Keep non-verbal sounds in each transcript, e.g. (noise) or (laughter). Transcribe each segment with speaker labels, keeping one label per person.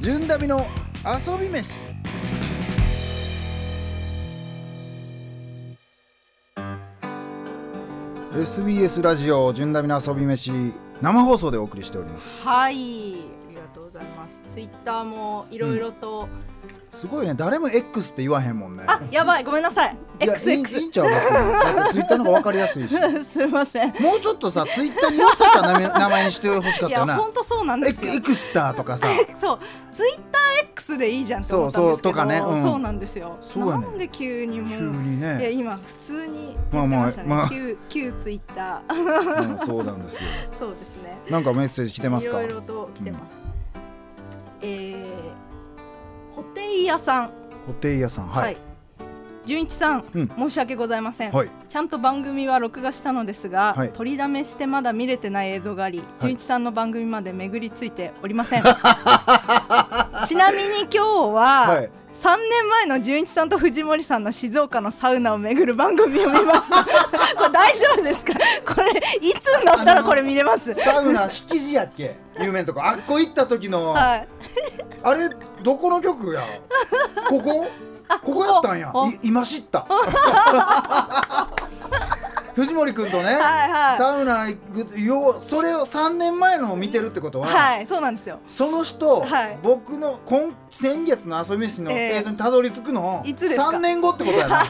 Speaker 1: 純ダビの遊び飯SBS ラジオ純ダビの遊び飯生放送でお送りしております
Speaker 2: はい、ありがとうございます。ツイッターもいろいろと、
Speaker 1: すごいね誰も X って言わへんもんね
Speaker 2: あ、やばい、ごめんなさい。
Speaker 1: いや
Speaker 2: X
Speaker 1: いいいいんちゃう別にだってツイッターの方が分かりやすいし
Speaker 2: (laughs) すいません。
Speaker 1: もうちょっとさツイッターに寄せた名前名前にしてほしかっ
Speaker 2: い
Speaker 1: たよ
Speaker 2: や、
Speaker 1: な
Speaker 2: 本当そうなんですよ
Speaker 1: エ。クスターと
Speaker 2: (laughs)
Speaker 1: かさ
Speaker 2: そう、ツイッター X でいいじゃんって思った
Speaker 1: そ
Speaker 2: ん
Speaker 1: う
Speaker 2: で
Speaker 1: そう
Speaker 2: すけど、
Speaker 1: とかねうん
Speaker 2: そうなんですよ。
Speaker 1: そうやね
Speaker 2: なんで急にもう、
Speaker 1: 急にね
Speaker 2: いや今普通に
Speaker 1: ま
Speaker 2: 言
Speaker 1: あ
Speaker 2: って
Speaker 1: まあ
Speaker 2: ましたね。
Speaker 1: まあ
Speaker 2: 旧旧ツイッター、 (laughs)
Speaker 1: うんそうなんですよ
Speaker 2: そうですね。
Speaker 1: なんかメッセージ来てますか
Speaker 2: いろいろと来てます。えー、ホテイヤさん。
Speaker 1: ホテイヤさん
Speaker 2: は
Speaker 1: はい
Speaker 2: い。純一さん、
Speaker 1: うん
Speaker 2: 申し訳ございません、
Speaker 1: はい
Speaker 2: ちゃんと番組は録画したのですが、
Speaker 1: はい
Speaker 2: 取りだめしてまだ見れてない映像があり、純一さんの番組まで巡りついておりませ
Speaker 1: (laughs)
Speaker 2: んちなみに今日は、
Speaker 1: はい
Speaker 2: 3年前の純一さんと藤森さんの静岡のサウナを巡る番組を見ました
Speaker 1: (laughs)
Speaker 2: これ大丈夫ですかこれいつになったらこれ見れます
Speaker 1: サウナ敷地やっけ有名なとこあっこ行った時の、
Speaker 2: はい
Speaker 1: あれどこの曲やここここやったんや
Speaker 2: ここ
Speaker 1: い今知った
Speaker 2: (laughs)
Speaker 1: 藤森君とね、
Speaker 2: はいはい
Speaker 1: サウナ行くようそれを3年前のを見てるってことは、
Speaker 2: はいそうなんですよ
Speaker 1: その人、
Speaker 2: はい
Speaker 1: 僕の今先月の遊び飯の
Speaker 2: ええ
Speaker 1: 映像にたどり着くの、
Speaker 2: いつですか
Speaker 1: 3年後ってことやな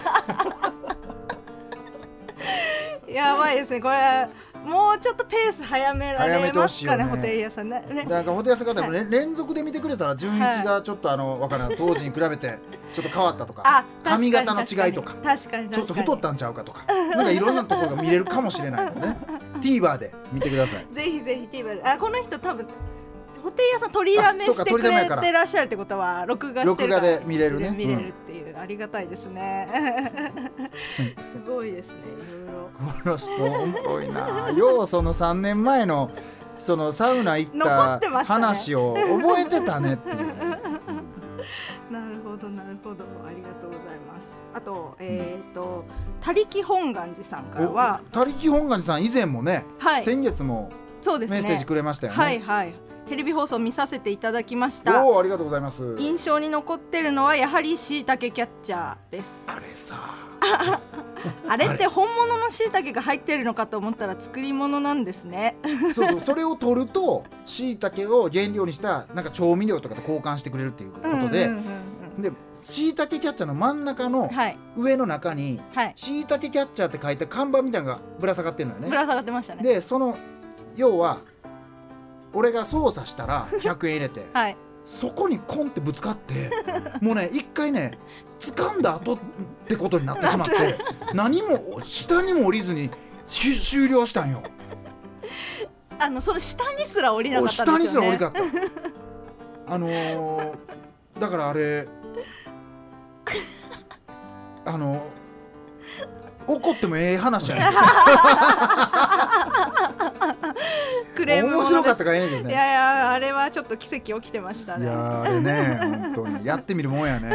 Speaker 2: やばいですねこれもうちょっとペース早めら
Speaker 1: 早め
Speaker 2: れ
Speaker 1: てほ
Speaker 2: ま
Speaker 1: しい
Speaker 2: す
Speaker 1: よ
Speaker 2: か
Speaker 1: ね
Speaker 2: ねホテイヤさんねね
Speaker 1: なんかホテイさん方も、ね
Speaker 2: は
Speaker 1: 連続で見てくれたら純
Speaker 2: は
Speaker 1: 一
Speaker 2: い
Speaker 1: がちょっとあのわからん当時に比べ
Speaker 2: (laughs)
Speaker 1: てちょっと変わったとか
Speaker 2: あ確か
Speaker 1: 髪
Speaker 2: に
Speaker 1: 型の違いとか
Speaker 2: 確かに確かに
Speaker 1: ちょっと太ったんちゃうかとかなんかいろんなところが見れるかもしれないのでね TVer で見てください
Speaker 2: ぜひぜひ TVer あこの人多分ホテイヤさん取りだめ
Speaker 1: あそうか
Speaker 2: してく
Speaker 1: 取りだめや
Speaker 2: れ
Speaker 1: から
Speaker 2: てらっしゃるってことは録画してるから
Speaker 1: 録画で見れるね
Speaker 2: 見れるっていう、ありがたいですねすごいですねいろいろ
Speaker 1: この人おもろいなようその3年前のそのサウナ行っ
Speaker 2: 残
Speaker 1: た
Speaker 2: ってましたね
Speaker 1: 話を覚えてたねっていう
Speaker 2: (laughs) なるほどなるほどありがとうございますあとえっ、と他力本願寺さんからは
Speaker 1: お他力本願寺さん以前もね、
Speaker 2: はい
Speaker 1: 先月も
Speaker 2: そうですね
Speaker 1: メッセージくれましたよね
Speaker 2: はいはいテレビ放送見させていただきました
Speaker 1: おおありがとうございます
Speaker 2: 印象に残ってるのはやはりしいたけキャッチャーです
Speaker 1: あれさ
Speaker 2: あれって本物のしいたけが入ってるのかと思ったら作り物なんですね
Speaker 1: そうそうそれを取るとしいたけを原料にしたなんか調味料とかと交換してくれるっていうことで、
Speaker 2: うんうんうん
Speaker 1: でしいたけキャッチャーの真ん中
Speaker 2: う
Speaker 1: の
Speaker 2: んはい
Speaker 1: 上の中に
Speaker 2: はい
Speaker 1: しいたけキャッチャーって書いた看板みたいなのがぶら下がってるのよ
Speaker 2: ぶ
Speaker 1: ね
Speaker 2: ら下がってましたね
Speaker 1: でその要は俺が操作したら100円入れて
Speaker 2: はい
Speaker 1: そこにコンってぶつかってもうね一回ね掴んだ後ってことになってしまって何も下にも降りずにし終了したんよ
Speaker 2: あのその下にすら降りなか
Speaker 1: お
Speaker 2: った
Speaker 1: 下
Speaker 2: ん
Speaker 1: に
Speaker 2: ですす
Speaker 1: ら
Speaker 2: よ
Speaker 1: 降り
Speaker 2: ね
Speaker 1: かった (laughs) あのー、だからあれあの怒ってもええ話じゃ
Speaker 2: (laughs)
Speaker 1: ない
Speaker 2: クレーム
Speaker 1: 面
Speaker 2: ものです
Speaker 1: 白かったからええねんけど
Speaker 2: い
Speaker 1: ね
Speaker 2: やいやあれはちょっと奇跡起きてました
Speaker 1: いや
Speaker 2: ね
Speaker 1: ーあれね本当にやってみるもんや
Speaker 2: (laughs)
Speaker 1: ね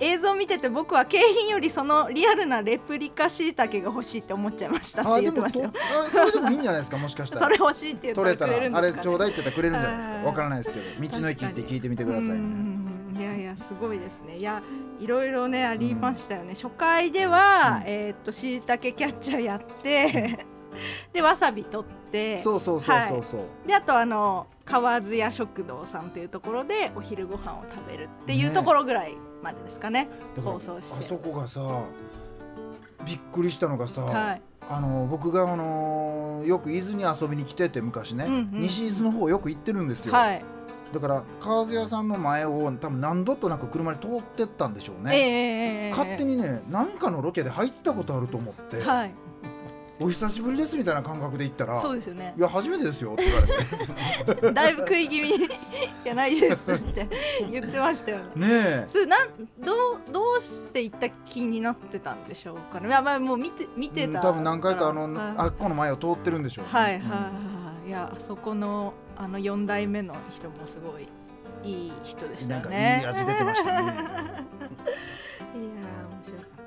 Speaker 2: 映像見てて僕は景品よりそのリアルなレプリカしいたけが欲しいって思っちゃいましたっ
Speaker 1: あで
Speaker 2: て言って
Speaker 1: も
Speaker 2: ました
Speaker 1: と
Speaker 2: よ
Speaker 1: あれそれでもいいんじゃないですかもしかした
Speaker 2: そ
Speaker 1: ら
Speaker 2: れ欲しいって言
Speaker 1: 取れ
Speaker 2: った
Speaker 1: た
Speaker 2: らくれるん
Speaker 1: らあ
Speaker 2: です
Speaker 1: れ
Speaker 2: か、ね、
Speaker 1: ちょうだいって言ったらくれるんじゃないですか
Speaker 2: あー
Speaker 1: わからないですけど道の駅行って聞いてみてください
Speaker 2: うん
Speaker 1: ね
Speaker 2: うんうんいやいやすごいですね。いやいろいろねありましたよね。初回では、えーっと椎茸キャッチャーやって、でわさび取って、
Speaker 1: そうそうそうそうそう、
Speaker 2: であとあの河津屋食堂さんというところでお昼ご飯を食べるっていう
Speaker 1: ね
Speaker 2: ところぐらいまでですかね。
Speaker 1: だから
Speaker 2: 放送して
Speaker 1: あそこがさびっくりしたのがさ、
Speaker 2: はい
Speaker 1: あの僕があのよく伊豆に遊びに来てて昔ね、
Speaker 2: うんうん
Speaker 1: 西伊豆の方よく行ってるんですよ、
Speaker 2: はい。
Speaker 1: だから川津屋さんの前を多分何度となく車で通ってったんでしょう
Speaker 2: ええ
Speaker 1: ね、
Speaker 2: ええええ
Speaker 1: 勝手にね何かのロケで入ったことあると思って、
Speaker 2: はい。
Speaker 1: お久しぶりですみたいな感覚で行ったら
Speaker 2: そうですよね
Speaker 1: い。や初めてですよって言われて
Speaker 2: だいぶ食い気味にいやないですって言ってましたよ
Speaker 1: ね
Speaker 2: ね。 (laughs)
Speaker 1: え
Speaker 2: そうなんどうどうしていった気になってたんでしょうかね。まあまあもう見て見てた。
Speaker 1: 多分何回かあの、
Speaker 2: はい
Speaker 1: あっこの前を通ってるんでしょうね、
Speaker 2: はいはい
Speaker 1: うん
Speaker 2: はい。いやあそこのあの四代目の人もすごいいい人でし
Speaker 1: な
Speaker 2: たよ
Speaker 1: んかいい
Speaker 2: (laughs) ね。いや
Speaker 1: 味出てましたね
Speaker 2: ー面白か